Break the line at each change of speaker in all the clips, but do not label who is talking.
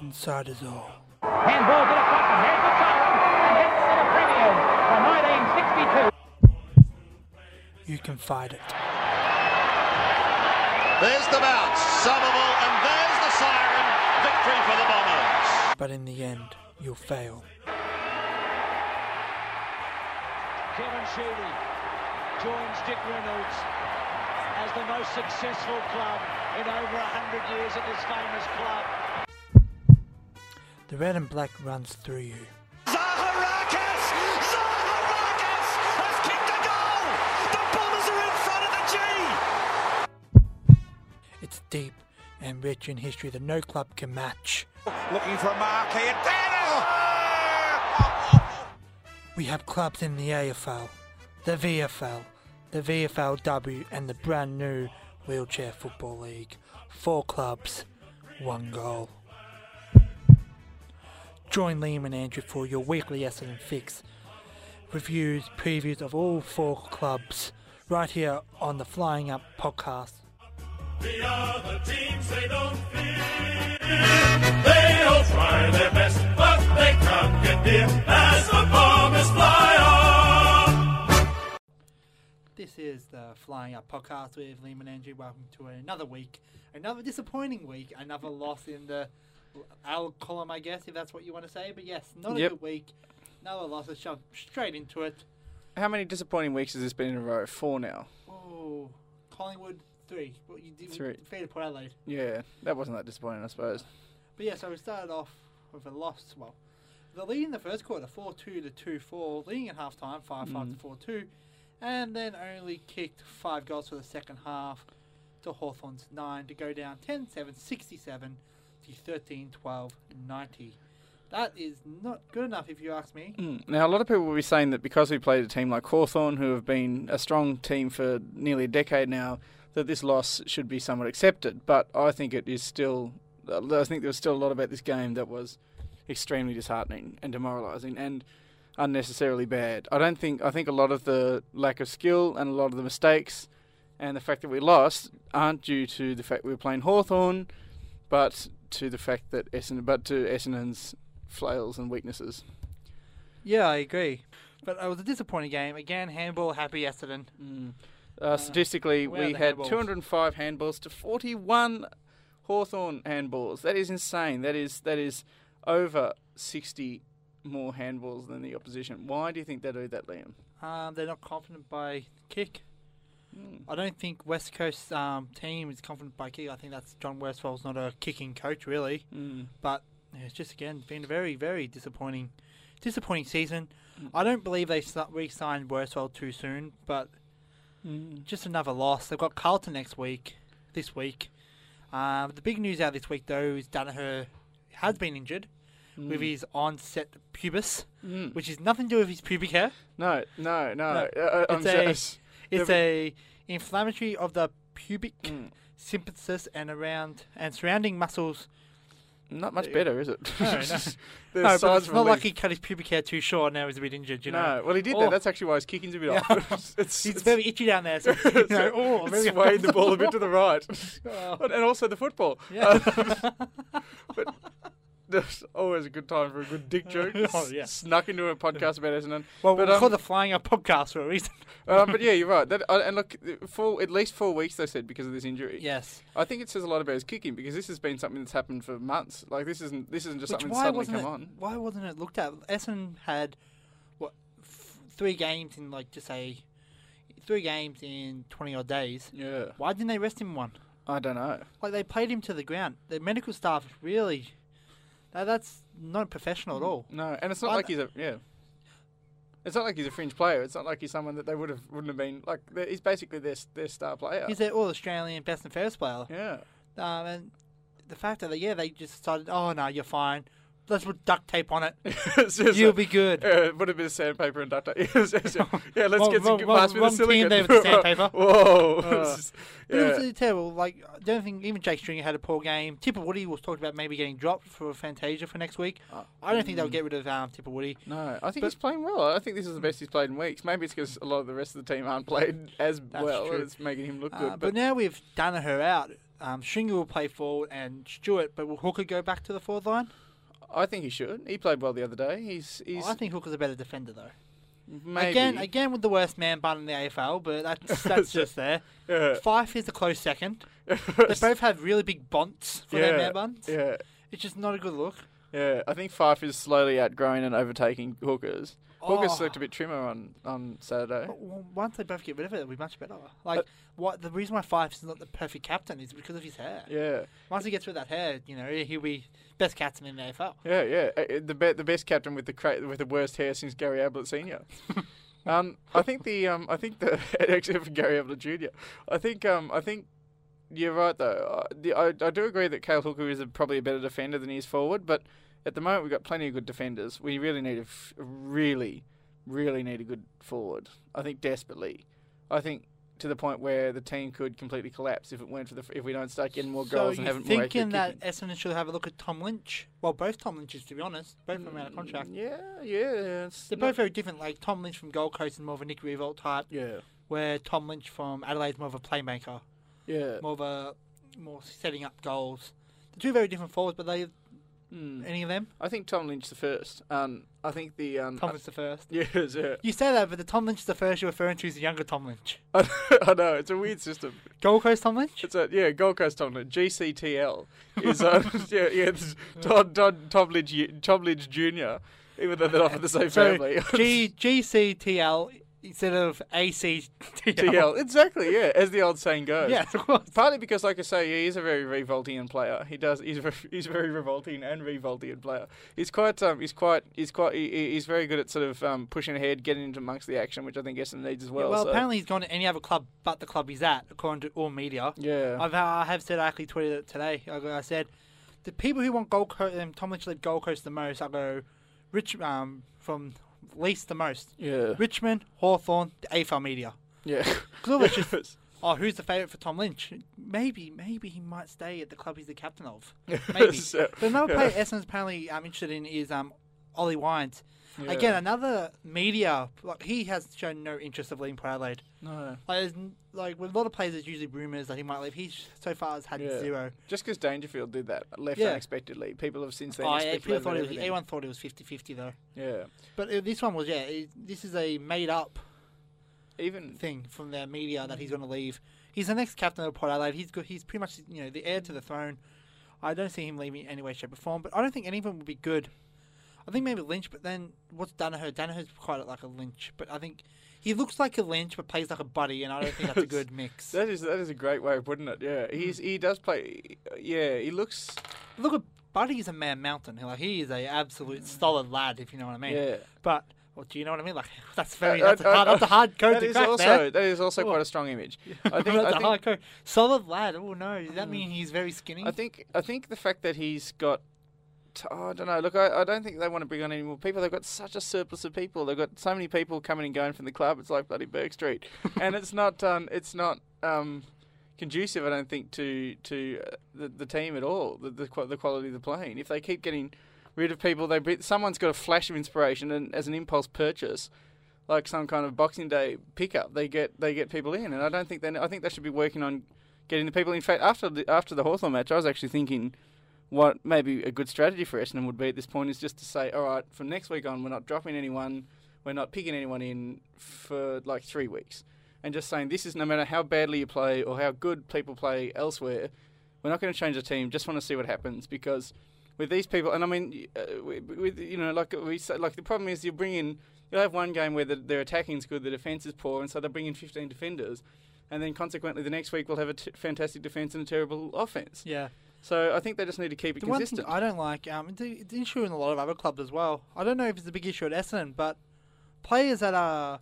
inside his own.
Handball to the Clapham. Here's the siren. And hits in a premium from 1962.
You can fight it.
There's the bounce. Somerville, and there's the siren. Victory for the Bombers.
But in the end, you'll fail.
Kevin Sheedy joins Dick Reynolds as the most successful club in over 100 years at this famous club.
The red and black runs through you.
Zaharakis! Zaharakis has kicked a goal! The Bombers are in front of the G!
It's deep and rich in history that no club can match.
Looking for a mark here. Daniel!
We have clubs in the AFL, the VFL, the VFLW, and the brand new Wheelchair Football League. Four clubs, one goal. Join Liam and Andrew for your weekly Essendon fix. Reviews, previews of all four clubs, right here on the Flying Up podcast.
The other teams, they don't fear. They all try their best, but they can't get near as the bombers fly on.
This is the Flying Up podcast with Liam and Andrew. Welcome to another week, another disappointing week, another loss in the L column, I guess, if that's what you want to say. But yes, not a
Yep.
good week. Another loss. Let's jump straight into it.
How many disappointing weeks has this been in a row? Four now.
Oh, Collingwood three. Well, you did
Three.
fair to Port Adelaide.
Yeah, that wasn't that disappointing, I suppose.
But yeah, so we started off with a loss. Well, the lead in the first quarter, four two to two four, leading at half time, five five to four two, and then only kicked five goals for the second half to Hawthorn's nine to go down 10-7, 67 to 13-12, 90. That is not good enough, if you ask me.
Mm. Now, a lot of people will be saying that because we played a team like Hawthorn, who have been a strong team for nearly a decade now, that this loss should be somewhat accepted. But I think it is still, I think there was still a lot about this game that was extremely disheartening and demoralising and unnecessarily bad. I don't think, I think a lot of the lack of skill and a lot of the mistakes and the fact that we lost aren't due to the fact we were playing Hawthorn, but to the fact that Essendon, but to Essendon's flails and weaknesses.
Yeah, I agree. But it was a disappointing game. Again, handball happy Essendon.
Uh, statistically,
where are
we
the
had
handballs?
205 handballs to 41 Hawthorn handballs. That is insane. That is that is over 60 more handballs than the opposition. Why do you think they do that, Liam?
Um, they're not confident by kick. I don't think West Coast um, team is confident by kick. I think that's John Westphale's not a kicking coach really. But yeah, it's just again been a very very disappointing, disappointing season. I don't believe they s- re-signed Westphal too soon, but just another loss. They've got Carlton next week, this week. Um, the big news out this week though is Danaher has been injured with his onset pubis, which is nothing to do with his pubic hair.
No, no, no.
No,
Uh, I'm
it's a-
just-
It's
Every- Mm.
a inflammatory of the pubic symphysis and around and surrounding muscles.
not much better, is it?
No, no.
The
no,
size
but it's
of a
not
leaf.
like he cut his pubic hair too short. Now he's a bit injured. You know.
No, well, he did
Oh.
that. That's actually why his kicking's a bit off. it's,
He's
it's-
very itchy down there. So, you know, oh, I'm
it's
very
swayed the ball a bit to the right,
Oh.
and also the football. Uh,
Yeah.
but there's always a good time for a good dick joke.
Oh, yeah.
Snuck into a podcast about Essendon.
well,
but,
we're
um,
called the Flying Up podcast for a reason.
um, but yeah, you're right. That, uh, and look, for at least four weeks they said because of this injury.
yes.
I think it says a lot about his kicking because this has been something that's happened for months. Like this isn't this isn't just
Which
something
why
that's
wasn't
suddenly come
it,
on.
Why wasn't it looked at? Essendon had what f- three games in like just say three games in twenty odd days.
Yeah,
Why didn't they rest him one?
I don't know.
Like they played him to the ground. The medical staff really, that, that's not professional at
Mm.
all.
No, and it's not
Why
like
the-
he's a yeah. It's not like he's a fringe player. It's not like he's someone that they would have wouldn't have been like. they're- He's basically their their star player.
He's their all Australian best and fairest player.
yeah.
Um, and the fact that yeah they just decided, oh no, you're fine. Let's put duct tape on it.
It's just
You'll
like-
be good.
Uh, would have been sandpaper and duct tape. yeah, let's
Wrong-
get some
wrong-
good
wrong-
pass with the
wrong team
silicone.
there with the sandpaper.
Whoa.
Uh,
It's just-
But it was
yeah.
uh, terrible. Like I don't think even Jake Stringer had a poor game. Tipper Woody was talked about maybe getting dropped for Fantasia for next week.
Uh,
I don't
mm.
think they'll get rid of um, Tipper Woody.
No, I think he's playing well. I think this is the best he's played in weeks. Maybe it's because a lot of the rest of the team aren't played as well.
true.
It's making him look
Uh,
good.
but, now we've done her out. Um, Stringer will play forward and Stewart, but will Hooker go back to the forward line?
I think he should. He played well the other day. He's he's
I think Hooker's a better defender though.
maybe
Again, again with the worst man bun in the AFL, but that's that's just there.
Yeah.
Fife is a close second. They both have really big bonts for their
Yeah,
man buns.
Yeah,
It's just not a good look.
yeah. I think Fife is slowly outgrowing and overtaking Hookers. Hookers
Oh.
looked a bit trimmer on on Saturday.
But w- once they both get rid of it, it'll be much better.
Uh,
Like what the reason why Fife is not the perfect captain is because of his hair.
Yeah,
Once he gets rid of that hair, you know he'll be best captain in the AFL.
yeah, yeah. Uh, uh, The be- the best captain with the cra- with the worst hair since Gary Ablett Senior. um, I think the um, I think the except for Gary Ablett Junior. I think um, I think you're right though. I, the, I, I do agree that Cale Hooker is a, probably a better defender than he is forward, but at the moment we've got plenty of good defenders. We really need a f- really, really need a good forward. I think desperately. I think. To the point where the team could completely collapse if it weren't for the f- if we don't start getting more
So
goals and
you're
haven't more
thinking that
accurate kicking.
Essendon should have a look at Tom Lynch? Well, both Tom Lynches, to be honest, both of them out of contract.
Yeah, yeah. It's
They're
not-
both very different. Like Tom Lynch from Gold Coast is more of a Nick Revolt type,
Yeah,
where Tom Lynch from Adelaide is more of a playmaker,
yeah.
more of a more setting up goals. The two very different forwards, but they
Mm.
any of them?
I think Tom Lynch the first. Um, I think the um,
Tom Lynch the first.
yeah, yeah.
You say that, but the Tom Lynch the first you're referring to is the younger Tom Lynch.
I know it's a weird system.
Gold Coast Tom Lynch.
It's a yeah, Gold Coast Tom Lynch, GCTL is uh, yeah, yeah, it's Tom, Tom, Tom Lynch, Ju- Tom Lynch Junior. Even though they're not from the same
So
family,
G G C T L instead of A C T L.
TL exactly yeah, as the old saying goes.
Yes, of course.
Partly because, like I say, he is a very revolting player. He does. He's very, he's very revolting and revolting player. He's quite. Um, he's quite. He's quite. He, he- he's very good at sort of um, pushing ahead, getting into amongst the action, which I think Essendon needs as well.
Well,
so-
apparently he's gone to any other club but the club he's at, according to all media.
Yeah.
I've, I have said, I actually tweeted it today. I, go- I said, the people who want Gold Coast, um, Tom Lynch led Gold Coast the most, I go, Rich, um, from least the most.
yeah.
Richmond, Hawthorn, the AFL media.
Yeah.
Because all it's just, oh, who's the favourite for Tom Lynch? Maybe, maybe he might stay at the club he's the captain of. Maybe.
So,
but another
yeah.
player Essendon's apparently um, interested in is um, Ollie Wines. Again,
Yeah.
another media, like, he has shown no interest of leaving Port Adelaide.
No.
Like, there's n- like with a lot of players, there's usually rumours that he might leave. He's so far has had
Yeah.
zero.
Just because Dangerfield did that, left
Yeah.
unexpectedly, people have since then.
Oh, yeah,
speculated
people thought
about
it was,
everything.
everyone thought it was 50-50 though.
Yeah.
But uh, this one was yeah. It, this is a made up
Even.
thing from the media that he's
Mm.
going to leave. He's the next captain of Port Adelaide. He's good. He's pretty much you know the heir to the throne. I don't see him leaving in any way, shape, or form. But I don't think any of them would be good. I think maybe Lynch, but then what's Danaher? Danaher's quite like a Lynch, but I think he looks like a Lynch but plays like a buddy, and I don't think that's a good mix.
That is that is a great way of putting it. Yeah,
Hmm.
he's he does play. Yeah, he looks.
Look at Buddy's a man mountain. Like he is a absolute solid lad, if you know what I mean.
Mm. Yeah.
But well, do you know what I mean? Like that's
I-
very that's a
I-
hard,
I-
that's a hard code
that
to
is
crack
also,
there.
That is also
Oh.
quite a strong image. I think,
that's
I
a
think, Mm.
hard code. Solid lad. Oh no, does that mean he's very skinny?
I think I think the fact that he's got t- oh, I don't know. Look, I, I don't think they want to bring on any more people. They've got such a surplus of people. They've got so many people coming and going from the club. It's like bloody Burke Street, and it's not um, it's not um, conducive. I don't think to to uh, the, the team at all. The the, qua- the quality of the playing. If they keep getting rid of people, they bring, someone's got a flash of inspiration and as an impulse purchase. Like some kind of Boxing Day pickup, they get they get people in, and I don't think they. I think they should be working on getting the people. In fact, after the after the Hawthorn match, I was actually thinking what maybe a good strategy for Essendon would be at this point is just to say, all right, from next week on, we're not dropping anyone, we're not picking anyone in for like three weeks, and just saying this is no matter how badly you play or how good people play elsewhere, we're not going to change the team. Just want to see what happens because with these people, and I mean, y- uh, with, with you know, like we say, like the problem is you bring in. You'll have one game where the, their attacking's good, the defence is poor, and so they bring in 15 defenders, and then consequently the next week we'll have a t- fantastic defence and a terrible offence.
yeah.
So I think they just need to keep it
The one thing
consistent.
I don't like, um, it's, a, it's an issue in a lot of other clubs as well. I don't know if it's a big issue at Essendon, but players that are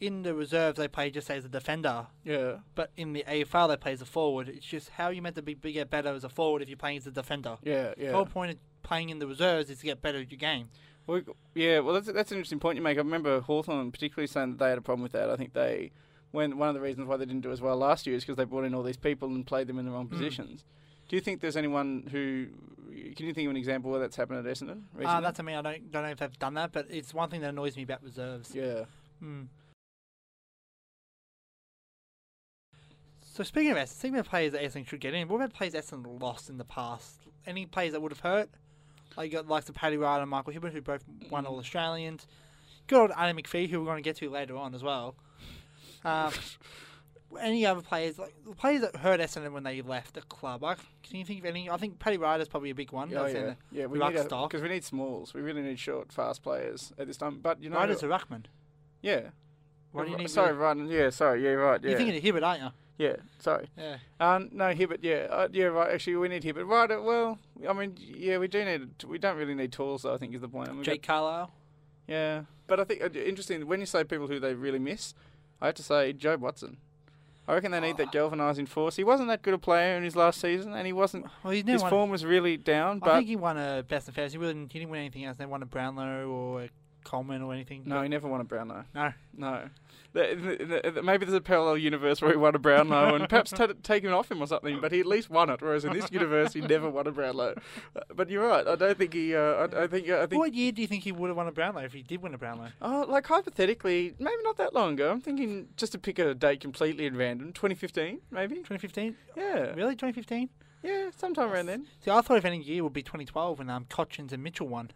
in the reserves, they play just as a defender.
yeah,
But in the AFL, they play as a forward. It's just how you meant to be bigger, better as a forward if you're playing as a defender.
yeah, yeah.
The whole point of playing in the reserves is to get better at your game.
Well, yeah, well, that's, that's an interesting point you make. I remember Hawthorn particularly saying that they had a problem with that. I think they, when one of the reasons why they didn't do as well last year is because they brought in all these people and played them in the wrong
Mm.
positions. Do you think there's anyone who? Can you think of an example where that's happened at Essendon? Recently?
Uh, that's I mean I don't don't know if they've done that, but it's one thing that annoys me about reserves.
yeah,
Mm. So speaking of Essendon, speaking of players that Essendon should get in, what about players Essendon lost in the past? Any players that would have hurt? Like you got likes of Paddy Ryder and Michael Hibbert, who both won All Australians. Good old Adam McPhee, who we're going to get to later on as well. Um, any other players, like the players that hurt Essendon when they left the club? I, can you think of any? I think Paddy Ryder's probably a big one.
Oh,
That's in
yeah,
the
yeah. We
ruck
need
stock.
because we need smalls. We really need short, fast players at this time. But you know,
Ryder's a ruckman.
yeah.
Why do you
Ri-
need?
sorry,
really-
Ryan. Yeah, sorry. Yeah, right. Yeah,
You're thinking of Hibbert, aren't you?
yeah. Sorry.
Yeah.
Um, no, Hibbert, yeah. Uh, yeah, right. Actually, we need Hibbert. Right, uh, well, I mean, yeah, we do need, we don't really need tools, though, I think is the point. And we've
Jake
got-
Carlisle.
yeah. But I think, uh, interesting, when you say people who they really miss, I have to say Job Watson. I reckon they need
Oh.
that galvanising force. He wasn't that good a player in his last season, and he wasn't.
Well, he's never
His
won-
form was really down,
I
but
think he won a best and fairest. He, wouldn't, he didn't win anything else. They won a Brownlow or a Coleman or anything.
no, he never won a Brownlow.
No.
No. Th- th- th- Maybe there's a parallel universe where he won a Brownlow and perhaps t- taken off him or something, but he at least won it. Whereas in this universe, he never won a Brownlow. Uh, But you're right. I don't think he. Uh, I, I think. I think.
What year do you think he would have won a Brownlow if he did win a Brownlow?
Oh, like hypothetically, maybe not that long ago. I'm thinking just to pick a date completely at random, 2015, maybe.
2015?
Yeah.
Really? 2015?
Yeah, sometime around then.
See, I thought if any year would be 2012 when um, Cotchins and Mitchell won.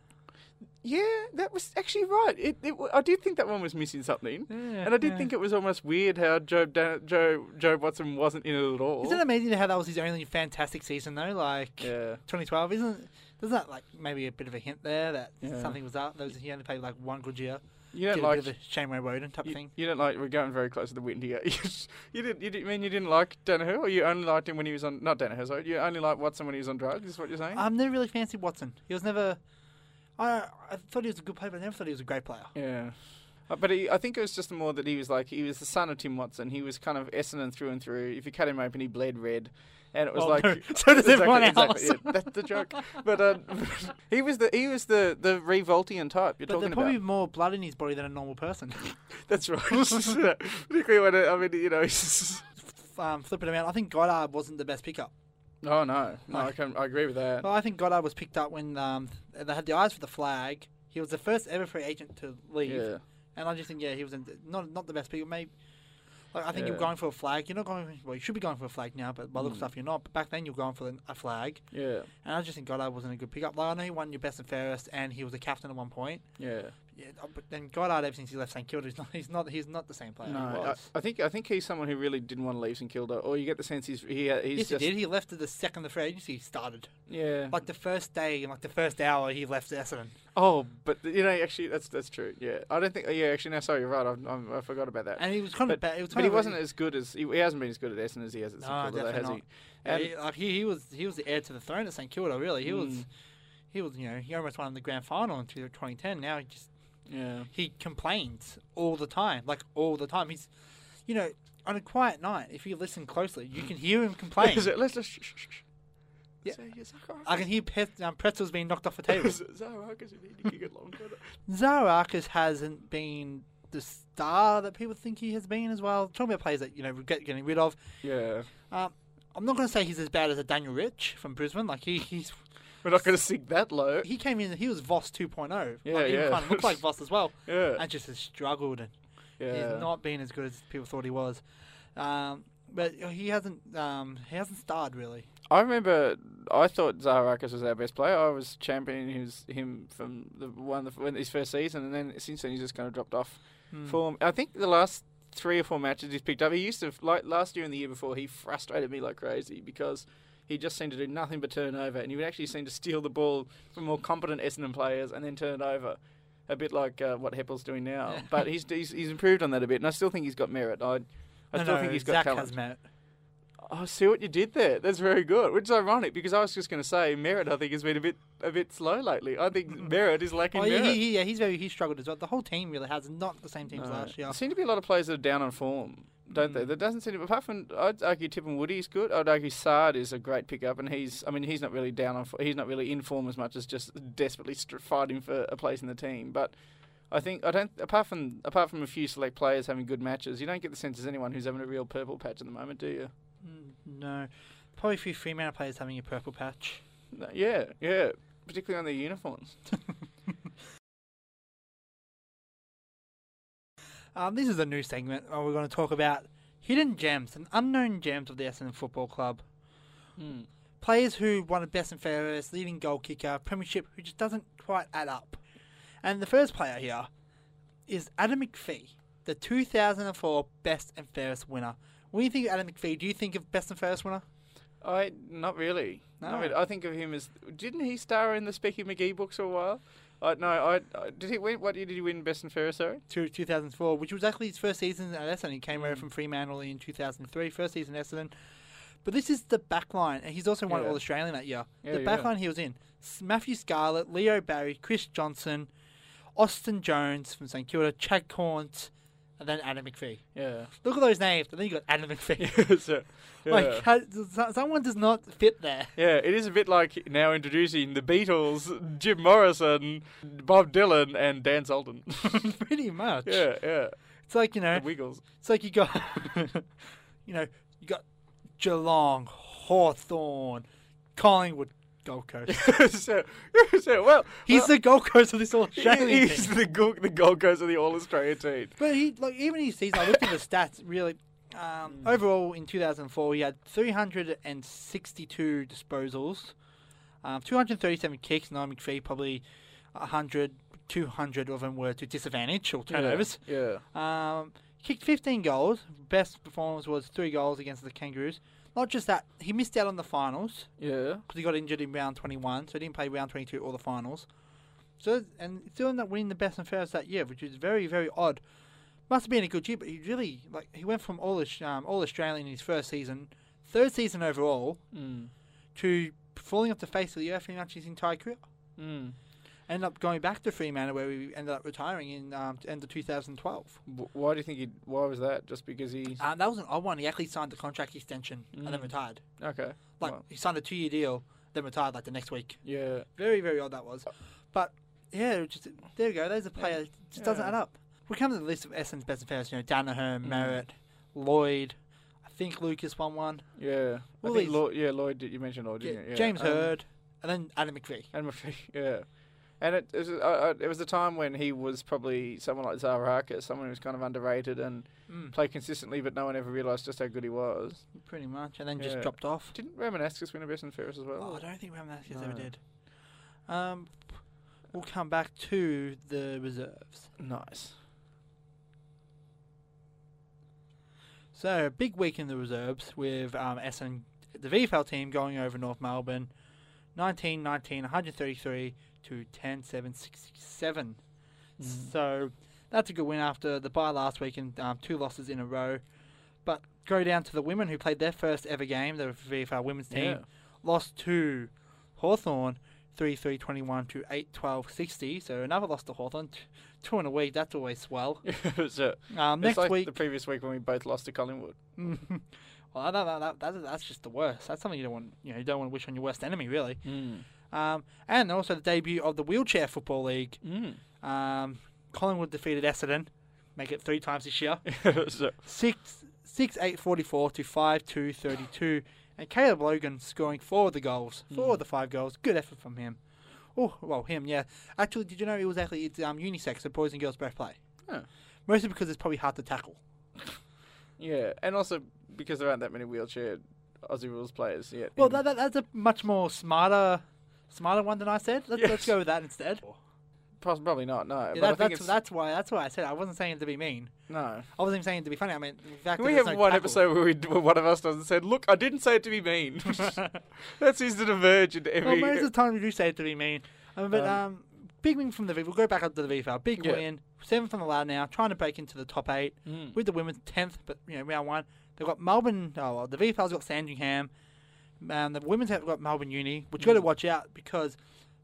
Yeah, that was actually right. It, it, w- I did think that one was missing something,
Yeah,
and I did
yeah.
think it was almost weird how Joe Dan- Joe Joe Watson wasn't in it at all.
Isn't it amazing how that was his only fantastic season though? Like
Yeah.
2012, isn't? Doesn't that like maybe a bit of a hint there that
Yeah.
something was up? Those he only played like one good year.
You don't
Did a
like
bit of a Shane Ray Woden type
You,
thing.
you didn't like. We're going very close to the wind here. you didn't. You didn't, mean you didn't like Danaher, or you only liked him when he was on. Not Danaher, sorry. You only liked Watson when he was on drugs. Is what you're saying?
I've never really fancied Watson. He was never. I I thought he was a good player, but I never thought he was a great player.
yeah. Uh, But he, I think it was just more that he was like he was the son of Tim Watson. He was kind of Essendon through and through. If you cut him open, he bled red, and it was
Well,
like
Oh, no, so does everyone
exactly,
else.
yeah, that's the joke. But uh, he was the he was the the revoltian type you're
But
talking
there's probably
about.
more blood in his body than a normal person.
That's right. Particularly when it, I mean you know. he's-
um, flipping around, I think Goddard wasn't the best pickup.
oh no, no, I can I agree with that.
Well, I think Goddard was picked up when um, they had the eyes for the flag. He was the first ever free agent to leave.
Yeah.
And I just think, yeah, he was in, not not the best people. Maybe like, I think you're
Yeah. Hmm.
going for a flag. You're not going. Well, you should be going for a flag now, but by the look of stuff, you're not. But back then, you're going for a flag.
Yeah,
And I just think Goddard wasn't a good pickup. Like I know he won your best and fairest, and he was a captain at one point.
yeah.
Yeah, uh, but then Goddard, ever since he left St Kilda, he's not. He's not. He's not the same player.
No,
he
I,
was.
I think I think he's someone who really didn't want to leave St Kilda, or you get the sense he's he, uh, he's
yes,
just
he did. He left at the second the free agency started.
yeah.
Like the first day, like the first hour, he left Essendon.
oh, but you know, actually, that's that's true. Yeah, I don't think. Yeah, actually, no, sorry, you're right. I'm, I'm, I forgot about that.
And he was kind
but,
of bad. He was
but
kind
he
of
wasn't as good as he, he hasn't been as good at Essendon as he has at St
No,
Kilda, though, has
Ah, definitely
he?
Yeah,
And Hmm.
he, like he, he was he was the heir to the throne at St Kilda. Really, he was he was you know he almost won the grand final in 2010. Now he just
yeah,
he uh, complains all the time, like all the time. He's you know on a quiet night, if you listen closely, you can hear him complain.
Is it- let's just. Sh- sh- sh-
Yeah.
So, yes, I can't-
I can hear pet, um, pretzels being knocked off the table.
Zaharakis, you need to kick it longer.
Zarakis hasn't been the star that people think he has been as well. Talking about players that you know we get getting rid of.
Yeah,
Um, I'm not going to say he's as bad as a Daniel Rich from Brisbane. Like he, he's
we're not going to sink that low.
he came in, he was Voss 2.0.
Yeah,
like, he
yeah.
kind of looked like Voss as well.
Yeah.
And just has struggled and
Yeah.
he's not been as good as people thought he was. Um, but he hasn't um, he hasn't starred really.
I remember I thought Zaharakis was our best player. I was championing his, him from the one of the, when his first season, and then since then he's just kind of dropped off
Hmm.
form. I think the last three or four matches he's picked up. He used to like last year and the year before. He frustrated me like crazy because he just seemed to do nothing but turn over, and he would actually seem to steal the ball from more competent Essendon players and then turn it over. A bit like uh, what Heppel's doing now, but he's, he's he's improved on that a bit, and I still think he's got merit. I, I
No,
still
no,
think he's got
Zach
talent.
has met.
Oh, see what you did there. That's very good. Which is ironic because I was just going to say Merritt. I think has been a bit a bit slow lately. I think Merritt is lacking
Oh, yeah,
merit.
he, he, yeah, he's very he struggled as well. The whole team really has not the same team as last year.
There seem to be a lot of players that are down on form, don't they? There doesn't seem to. Apart from, I'd argue Tip and Woody's good. I'd argue Sard is a great pickup, and he's. I mean, he's not really down on. fo- He's not really in form as much as just desperately str- fighting for a place in the team, but. I think I don't. Apart from apart from a few select players having good matches, you don't get the sense there's anyone who's having a real purple patch at the moment, do you?
No, probably a few Fremantle players having a purple patch.
No, yeah, yeah. Particularly on their uniforms.
Um, this is a new segment. where we're going to talk about hidden gems and unknown gems of the Essendon Football Club. players who won a best and fairest, leading goal kicker, premiership, who just doesn't quite add up. And the first player here is Adam McPhee, the 2004 best and fairest winner. When you think of Adam McPhee, do you think of best and fairest winner?
I not really. No,
No.
I think of him as didn't he star in the Specky McGee books for a while? I no, I, I did he win. What year did he win Best and Fairest? Sorry,
to 2004, which was actually his first season at Essendon. He came
Mm.
over from Fremantle in 2003, first season at Essendon. But this is the back line, and he's also won
Yeah.
All Australian that year.
Yeah,
the back
yeah.
line he was in S- Matthew Scarlett, Leo Barry, Chris Johnson, Austin Jones from St Kilda, Chad Corns, and then Adam McPhee.
yeah.
Look at those names, and then you got Adam McPhee.
so, yeah.
Like, how, so- someone does not fit there.
yeah, it is a bit like now introducing the Beatles, Jim Morrison, Bob Dylan, and Dan Sultan.
Pretty much.
yeah, yeah,
It's like, you know,
the Wiggles.
It's like you got, you know, you got Geelong, Hawthorn, Collingwood, Gold Coast.
so, so well,
He's
well,
the Gold Coast of this All Australian
he's
team.
the Gold, the Gold Coast of the All Australia team.
But he, like, even his season, I looked at the stats. Really, um,
Hmm.
overall in 2004, he had 362 disposals, um, 237 kicks. Now McPhee probably 100, 200 of them were to disadvantage or turnovers.
Yeah.
Um, kicked 15 goals. Best performance was three goals against the Kangaroos. Not just that, he missed out on the finals
Yeah.
because he got injured in round 21, so he didn't play round 22 or the finals. So and he still ended up winning the best and fairest that year, which is very very odd. Must have been a good year, but he really like he went from all Aus- um, all Australian in his first season, third season overall, to falling off the face of the earth in much his entire career.
Mm.
Ended up going back to Fremantle where he ended up retiring in um, end of 2012.
Wh- Why do you think he? Why was that? Just because he?
Um, that was an odd one. He actually signed the contract extension and then retired.
Okay.
Like
Well,
he signed a two-year deal, then retired like the next week.
yeah.
Very, very odd that was. But yeah, it was just there you go. There's a player. It just doesn't
Yeah.
add up. We come to the list of Essendon's best and fairest. You know, Danaher, Merritt, Lloyd. I think Lucas won one.
Yeah.
Well,
I think
he's-
Lloyd, yeah, Lloyd, did- you mentioned Lloyd,
Yeah, Oh.
didn't you? Yeah.
James
Um,
Hurd, and then Adam McVie.
And McPhee, yeah. And it, it, was, I, I, it was a time when he was probably someone like Zara Harker, someone who was kind of underrated and
Hmm.
played consistently, but no one ever realised just how good he was.
Pretty much, and then just
Yeah.
dropped off.
Didn't Romanescus win a Best and Fairest as well?
Oh, I don't think Ramanaskis ever
No.
did. Um, we'll come back to the reserves.
nice.
So, big week in the reserves with um, Essendon, the VFL team going over North Melbourne 19 19, 133 to 10 7 67. So, that's a good win after the bye last week and um, two losses in a row. But go down to the women who played their first ever game, the VFL women's team,
Yeah.
lost to Hawthorn 3 3 21 to 8 12 60. So, another loss to Hawthorn, t- two in a week, that's always swell.
so,
Um,
it's
next
like
week.
the previous week when we both lost to Collingwood.
Well, that, that, that, that, that's just the worst. That's something you don't want. You know, you don't want to wish on your worst enemy, really. Um, and also the debut of the wheelchair football league. Um, Collingwood defeated Essendon, make it three times this year.
so,
six six eight forty four to five two thirty two, and Caleb Logan scoring four of the goals, four of the five goals. Good effort from him. Oh well, him yeah. Actually, did you know it was actually it's um, unisex, so boys and girls both play.
Oh.
Mostly because it's probably hard to tackle.
yeah. And also because there aren't that many wheelchair Aussie rules players yet.
Well,
in-
that, that, that's a much more smarter, smarter one than I said. Let's, let's
Yes.
go with that instead.
Poss- probably not, no.
Yeah,
but
that,
I think
that's
it's,
that's why that's why I said it. I wasn't saying it to be mean.
no.
I wasn't even saying it to be funny. I mean, the fact
Can we
that there's
have
no
one
tackle.
episode where, we, where one of us does and said, "Look, I didn't say it to be mean." that seems to diverge into
Well,
every.
most of the time we do say it to be mean. Um, but um,
Um,
big win from the V. We'll go back up to the VFL. Big
Yeah.
win. Seventh on the ladder now, trying to break into the top eight
Mm.
with the women tenth, but you know round one. They've got Melbourne. Oh, well, the VFL's got Sandringham. Um, the women's have got Melbourne Uni, which you
Mm.
got to watch out because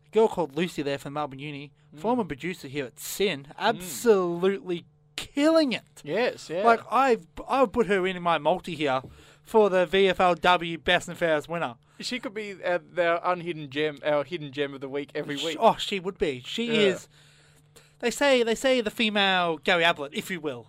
a girl called Lucy there from Melbourne Uni,
Mm.
former producer here at Sin, absolutely killing it.
yes, Mm. yeah.
Like I've I've put her in my multi here for the VFLW best and fairest winner.
she could be our, our unhidden gem, our hidden gem of the week every
Sh-
week.
Oh, she would be. She
Yeah.
is. They say they say the female Gary Ablett, if you will.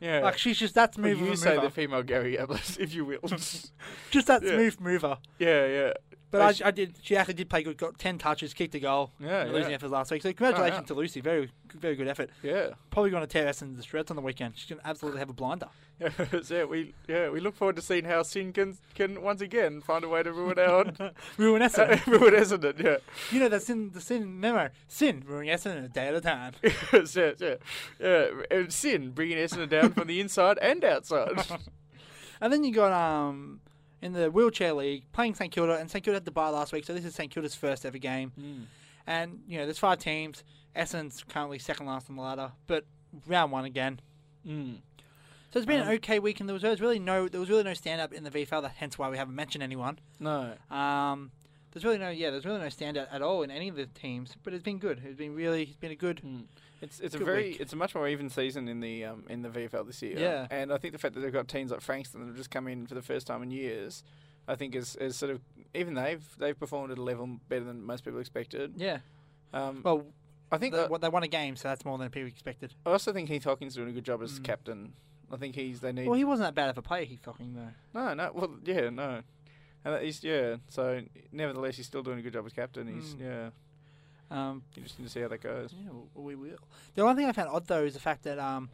yeah.
Like she's just that
Well,
smooth
you
of a
say
mover.
the female Gary Ablett, if you will.
just that
yeah.
smooth mover.
yeah, yeah.
But I, I did. She actually did play good. Got ten touches, kicked a goal.
Yeah,
and losing
yeah.
efforts last week. So congratulations
yeah.
to Lucy. Very, very good effort.
Yeah.
Probably going to tear Essendon to shreds on the weekend. She's going to absolutely have a blinder.
Yeah, that's it. We yeah, we look forward to seeing how Sin can can once again find a way to ruin our
Ruin Essendon.
ruin Essendon. Yeah,
you know that's in the sin memo. Sin ruin Essendon a day at a time.
That's it, yeah, yeah. And Sin bringing Essendon down from the inside and outside.
And then you got um in the wheelchair league playing St Kilda, and St Kilda had the bye last week, so this is St Kilda's first ever game. And you know, there's five teams. Essendon's currently second last on the ladder, but round one again. So it's been an okay week, and there was, there was really no there was really no stand up in the VFL. that- Hence why we haven't mentioned anyone.
No,
Um, there's really no yeah, there's really no standout at all in any of the teams. But it's been good. It's been really it's been a good.
it's it's a
Good
very
week.
it's a much more even season in the um in the VFL this year.
Yeah.
and I think the fact that they've got teams like Frankston that have just come in for the first time in years, I think is is sort of even they've they've performed at a level better than most people expected.
Yeah.
Um,
Well,
I think
they,
that-
what they won a game, so that's more than people expected.
I also think Heath Hawkins doing a good job as captain. I think he's they need.
Mm. Well, he wasn't that bad of a player. He fucking though.
No, no. Well, yeah, no. And that he's yeah. So nevertheless, he's still doing a good job as captain.
Mm.
He's yeah.
Um,
Interesting to see how that goes.
Yeah, w- we will. The only thing I found odd though is the fact that um,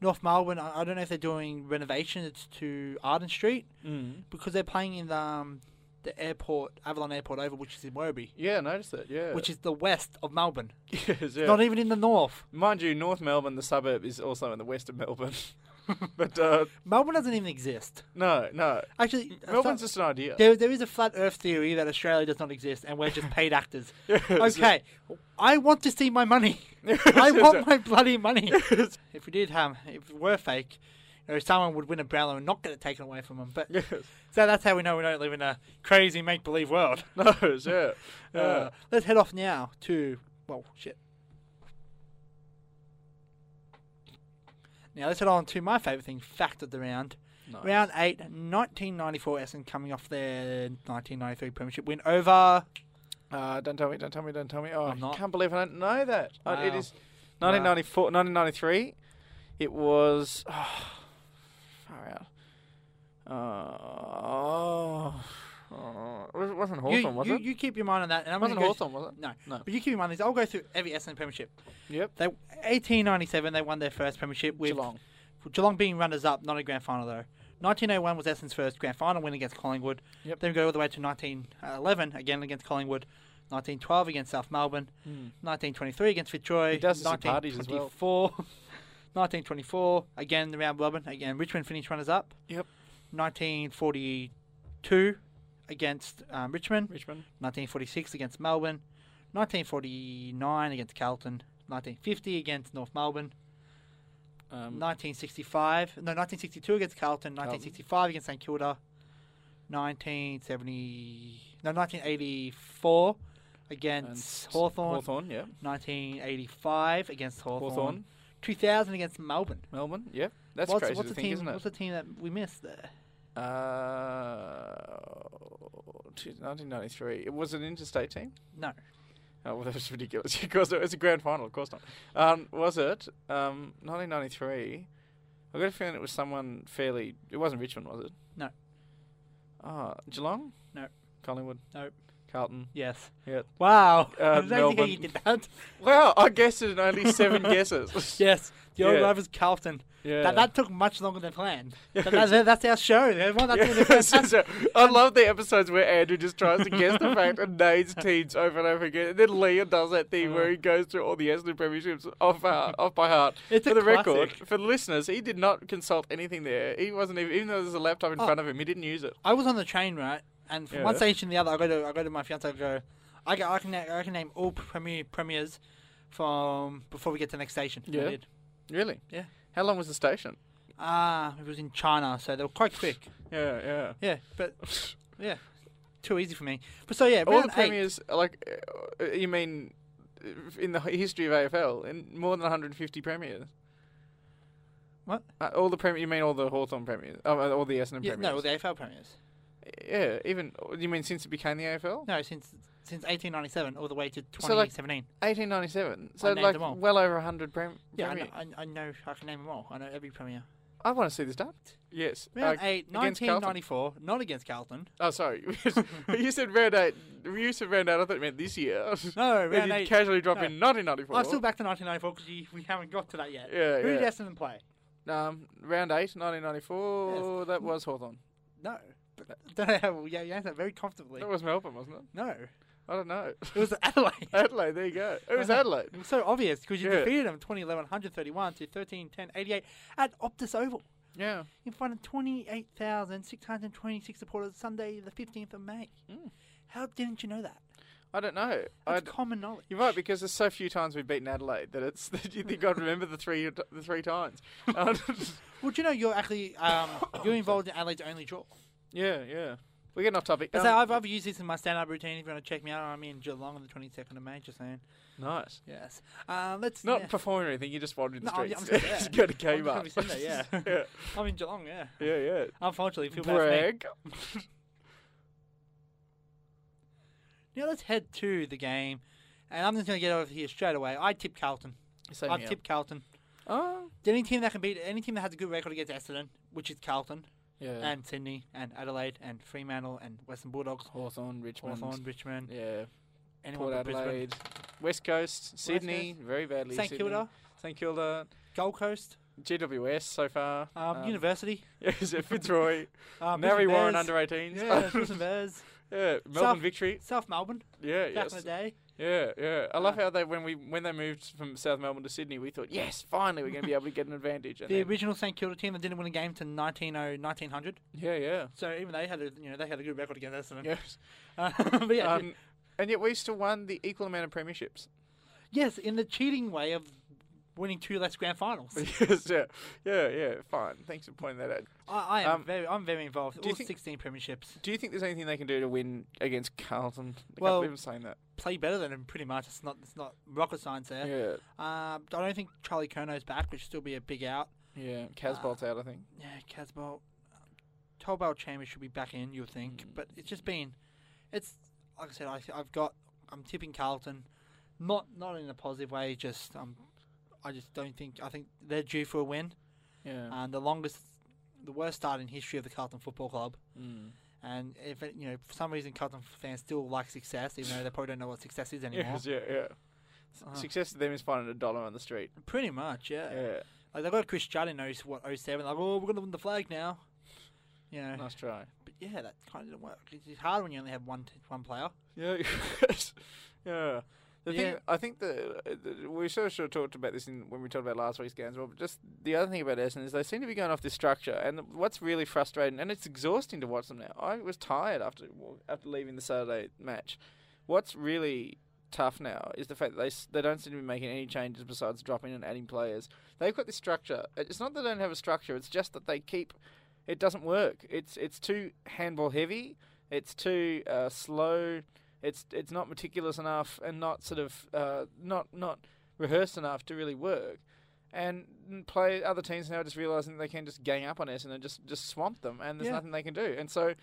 North Melbourne. I, I don't know if they're doing renovations to Arden Street
Mm.
because they're playing in the, um, the airport, Avalon Airport over, which is in Werribee,
Yeah, I noticed that. Yeah.
which is the west of Melbourne.
yes, yeah.
Not e even in the north.
Mind you, North Melbourne, the suburb, is also in the west of Melbourne. but uh,
Melbourne doesn't even exist.
no, no.
Actually, I
Melbourne's
thought-
just an idea.
There, there is a flat Earth theory that Australia does not exist, and we're just paid actors. okay, I want to see my money. I want my bloody money. if we did have, if it were fake, you know, someone would win a Brownlow and not get it taken away from them. But so that's how we know we don't live in a crazy make-believe world.
No, it's- yeah. yeah.
Uh, let's head off now to well, shit. Now let's head on to my favourite thing, fact of the round. Round 8, 1994 Essendon coming off their 1993 Premiership win over.
Uh, don't tell me, don't tell me, don't tell me. Oh,
I'm not.
I can't believe I don't know that. Uh, it
Wow.
is 1994, 1993. It was. Oh, far out. Uh, oh, it wasn't Hawthorn,
you,
was
you,
it?
you keep your mind on that. And I'm
Wasn't
gonna go-
Hawthorn, was it?
No.
No.
But you keep your mind on these. I'll go through every Essendon Premiership.
yep.
They 1897, they won their first Premiership with
Geelong.
Geelong being runners up, not a grand final though. 1901 was Essendon's first grand final win against Collingwood.
Yep.
Then we go all the way to 1911 again against Collingwood. 1912 against South Melbourne. 1923 against Fitzroy.
Hmm. does this at parties as well.
1924 1924 again the round robin again Richmond finished runners up.
Yep.
1942 against um, Richmond.
Richmond.
1946 against Melbourne. 1949 against Carlton. 1950 against North Melbourne.
Um,
1965, no, 1962 against Carlton, 1965 against St Kilda, 1970, no, 1984 against Hawthorn,
Hawthorn, yeah.
1985 against Hawthorn,
Hawthorn.
2000 against Melbourne.
Melbourne, yeah. That's
what's
crazy
what's the
to think,
team?
isn't it?
What's the team that we missed there?
Uh, two- 1993. It was an interstate team.
No,
Oh, well, that was ridiculous. of course, it was a grand final. Of course not. Um, was it? Um, 1993. I got a feeling it was someone fairly. It wasn't Richmond, was it?
no,
Ah, Geelong,
no,
Collingwood,
no.
Carlton.
Yes.
Yeah.
Wow.
Uh,
I don't think how you
Melbourne.
did that.
Wow, I guessed it in only seven guesses.
Yes, the old
Yeah.
rivals Carlton.
Yeah.
That, that took much longer than planned. That- that- that's our show. Everyone, that's what they're
So- so- I love the episodes where Andrew just tries to guess the fact and names teams over and over again. And then Leah does that thing where he goes through all the Essendon Premierships off, uh, off by heart.
It's
for
a
the record,
classic.
for the listeners, he did not consult anything there. He wasn't even, even though there's a laptop
Oh.
in front of him, he didn't use it.
I was on the train, right? And from one
Yeah.
station to the other, I go to I go to my fiance. I go, I can I can, na- I can name all premier premiers from before we get to the next station. And I
Yeah.
did.
Really?
Yeah.
How long was the station?
Ah, it was in China, so they were quite quick.
Yeah, yeah.
Yeah, but yeah, too easy for me. But so yeah,
All the
round eight.
premiers, like, uh, you mean uh, in the hi- history of AFL, in more than 150 premiers.
What?
Uh, all the premier, you mean all the Hawthorn premiers? Oh, uh, all the Essendon
Yeah,
premiers?
no, the AFL premiers.
Yeah, even you mean since it became the AFL?
No, since since 1897 all the way to
So, like,
2017.
1897. So
named
like
them all.
well over 100 prem-
yeah, I
premier.
know, I, I know. I can name them all. I know every premier.
I want to see this done. Yes.
Round
uh,
eight,
against Carlton.
1994, not against Carlton.
Oh, sorry. you said round eight. You said round eight. I thought you meant this year.
No,
Then
round
you
eight.
casually drop
No.
in 1994.
I'm still back to 1994 because we haven't got to that yet.
Oh. Yeah,
Who
yeah.
did Essendon play?
Um, round eight, 1994.
Yes.
That was Hawthorn.
No. Don't know how yeah, you answered that very comfortably.
That was Melbourne, wasn't it?
No.
I don't know.
It was Adelaide.
Adelaide. There you go. It was Adelaide.
It was so obvious because you
Uh, Yeah.
defeated them 2011 131 to 13 10 88 at Optus Oval
Yeah.
in front of 28,626 supporters Sunday, the 15th of May. How didn't you know that?
I don't know.
That's
Hmm. I'd-
common knowledge.
You're right because there's so few times we've beaten Adelaide that it's that you think I'd remember the three the three times. Um,
Well, do you know you're actually um, you're involved in Adelaide's only draw?
yeah, yeah. We're getting off topic.
So
Um,
I've, I've used this in my stand-up routine. If you want to check me out, I'm in Geelong on the 22nd of May. Just saying.
nice.
Yes. Um, let's
Not
yeah.
performing or anything. You just wandered the
No, I'm-
streets.
I'm just-
Just
yeah.
go to
I'm
Kmart.
just gonna be sitting there,
yeah.
I'm in Geelong. Yeah.
Yeah. Yeah.
Unfortunately, feel bad for me.
Brag.
Now let's head to the game, and I'm just going to get over here straight away. I tip Carlton.
Same
I've
here.
tipped Carlton.
Oh.
The only team that can beat any team that has a good record against Essendon, which is Carlton
Yeah.
and Sydney and Adelaide and Fremantle and Western Bulldogs,
Hawthorne, Richmond.
Hawthorn, Richmond,
Yeah.
anyone
Port
but Brisbane.
Adelaide. West Coast. Sydney.
Coast.
Very badly.
St
Sydney.
Kilda,
St Kilda.
Gold Coast,
GWS so far.
um, University,
Yeah, is it Um, Fitzroy.
uh,
Mary
Brisbane
Warren
Bears.
under 18s.
Yeah, Brisbane Bears,
yeah. Melbourne
South-
victory.
South Melbourne
Yeah,
back
yes.
in the day.
Yeah, yeah. I love how they when we when they moved from South Melbourne to Sydney, we thought, yes, finally we're going to be able to get an advantage. And
The
then-
original St Kilda team that didn't win a game to 1900, 1900.
yeah, yeah,
So even they had a you know they had a good record against Essendon.
yes.
Uh, but yeah,
Um, and yet we still won the equal amount of premierships.
Yes, in the cheating way of winning two less grand finals.
yes, yeah, yeah, yeah. Fine. Thanks for pointing that out.
I, I am
Um,
very, I'm very involved.
do you
All
think-
sixteen premierships.
Do you think there's anything they can do to win against Carlton? I
Well-
can't believe I'm saying that.
Play better than him, pretty much. It's not, it's not rocket science there.
Yeah,
Um, I don't think Charlie Kerno's back, which will still be a big out.
yeah. Casbolt's out, I think.
Yeah, Casbolt, Tobel Chambers should be back in, you would think, but it's just been, it's like I said, I, I've got, I'm tipping Carlton, not not in a positive way. Just um, I just don't think I think they're due for a win.
Yeah.
and the longest, the worst start in history of the Carlton Football Club. And if it, you know, for some reason, Carlton fans still like success, even though they probably don't know Uh-huh. what success is anymore.
Yes, yeah, yeah. S- Success to them is finding a dollar on the street.
Pretty much, yeah.
Yeah,
Like they got Chris Judd in 0- what 07, like oh we're gonna win the flag now, you know.
nice try.
But yeah, that kind of didn't work. It's it's hard when you only have one t- one player.
Yeah, yeah. The
Yeah.
Thing, I think the, the we sort of, sort of talked about this in, when we talked about last week's game as well. But just the other thing about Essendon is they seem to be going off this structure, and what's really frustrating and it's exhausting to watch them now. I was tired after wa- after leaving the Saturday match. What's really tough now is the fact that they s- they don't seem to be making any changes besides dropping and adding players. They've got this structure. It's not that they don't have a structure. It's just that they keep it doesn't work. It's it's too handball heavy. It's too uh, slow. It's it's not meticulous enough and not sort of uh, not not rehearsed enough to really work. And n- play other teams now are just realizing they can just gang up on us and just just swamp them, and there's
Yeah.
nothing they can do. And so,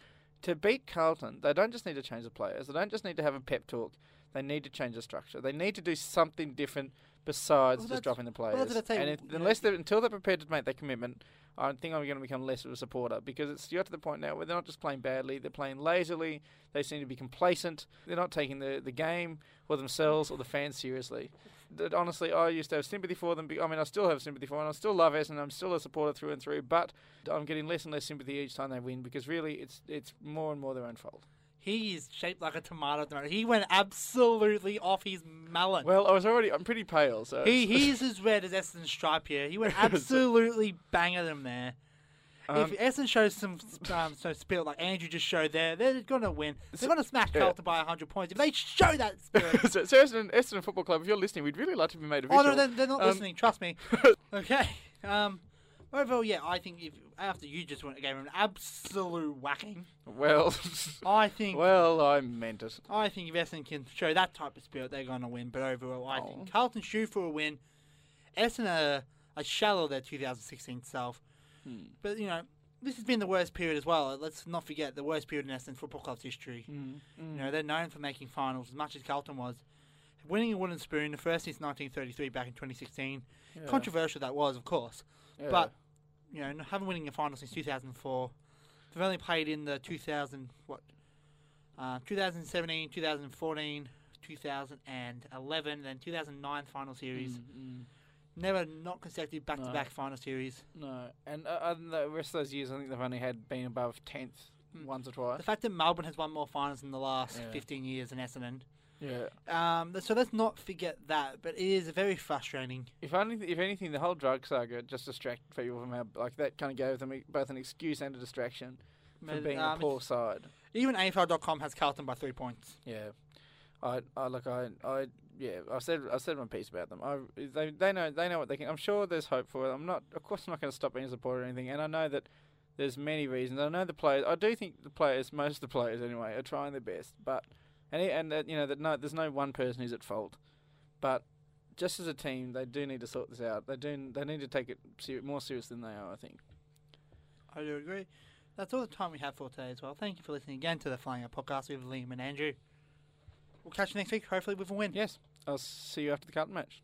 to beat Carlton, they don't just need to change the players. They don't just need to have a pep talk. They need to change the structure. They need to do something different besides
Well,
just
that's-
dropping the
well,
players.
that's what I say,
and if,
you know,
unless they're, until they're prepared to make that commitment, I think I'm going to become less of a supporter because it's got to the point now where they're not just playing badly, they're playing lazily, they seem to be complacent, they're not taking the, the game or themselves or the fans seriously. That honestly, I used to have sympathy for them. be- I mean, I still have sympathy for them, and I still love Essendon, I'm still a supporter through and through, but I'm getting less and less sympathy each time they win because really it's it's more and more their own fault.
He is shaped like a tomato at the moment. He went absolutely off his melon.
Well, I was already, I'm pretty pale, so.
He
it's-
he's as red as Essendon stripe here. He went absolutely banger them there. if Essendon shows some um, so spirit like Andrew just showed there, they're gonna win. They're gonna smash
yeah.
Carlton by hundred points if they show that spirit.
so, so Essendon, Essendon Football Club, if you're listening, we'd really like to be made
oh
official.
no, they're, they're not
Um,
listening. Trust me. okay. Um. Overall, yeah, I think if after you just went gave him an absolute whacking,
Well,
I think
well, I meant it.
I think if Essendon can show that type of spirit, they're going to win. But overall, I think Carlton shoe for a win. Essendon are, are shallow their 2016 self. But, you know, this has been the worst period as well. Let's not forget the worst period in Essendon Football Club's history. You know, they're known for making finals as much as Carlton was. Winning a wooden spoon, the first since 1933 back in 2016. Controversial that was, of course. But you know, haven't winning a final since 2004. They've only played in the 2000 what, uh, 2017, 2014, 2011, then 2009 final series. Never not consecutive back-to-back final series.
No, and uh, other than the rest of those years, I think they've only had been above tenth once or
The
twice.
fact that Melbourne has won more finals in the last
Yeah.
15 years than Essendon.
Yeah.
Um, th- so let's not forget that, but it is very frustrating.
If only, if anything, the whole drug saga just distracted people from how like that kind of gave them e- both an excuse and a distraction
But,
from being
um,
a poor
it's-
side.
Even AFL.com has Carlton by three points.
Yeah, I, I look, I, I, yeah, I said, I said my piece about them. I, they, they know, they know what they can. I'm sure there's hope for it. I'm not, of course, I'm not going to stop being a supporter or anything. And I know that there's many reasons. I know the players. I do think the players, most of the players anyway, are trying their best. But and and that you know that no, there's no one person who's at fault. But just as a team, they do need to sort this out. They do, they need to take it seri- more serious than they are. I think.
I do agree. That's all the time we have for today as well. Thank you for listening again to the Flying Up podcast with Liam and Andrew. We'll catch you next week, hopefully with a win.
Yes, I'll see you after the Carlton match.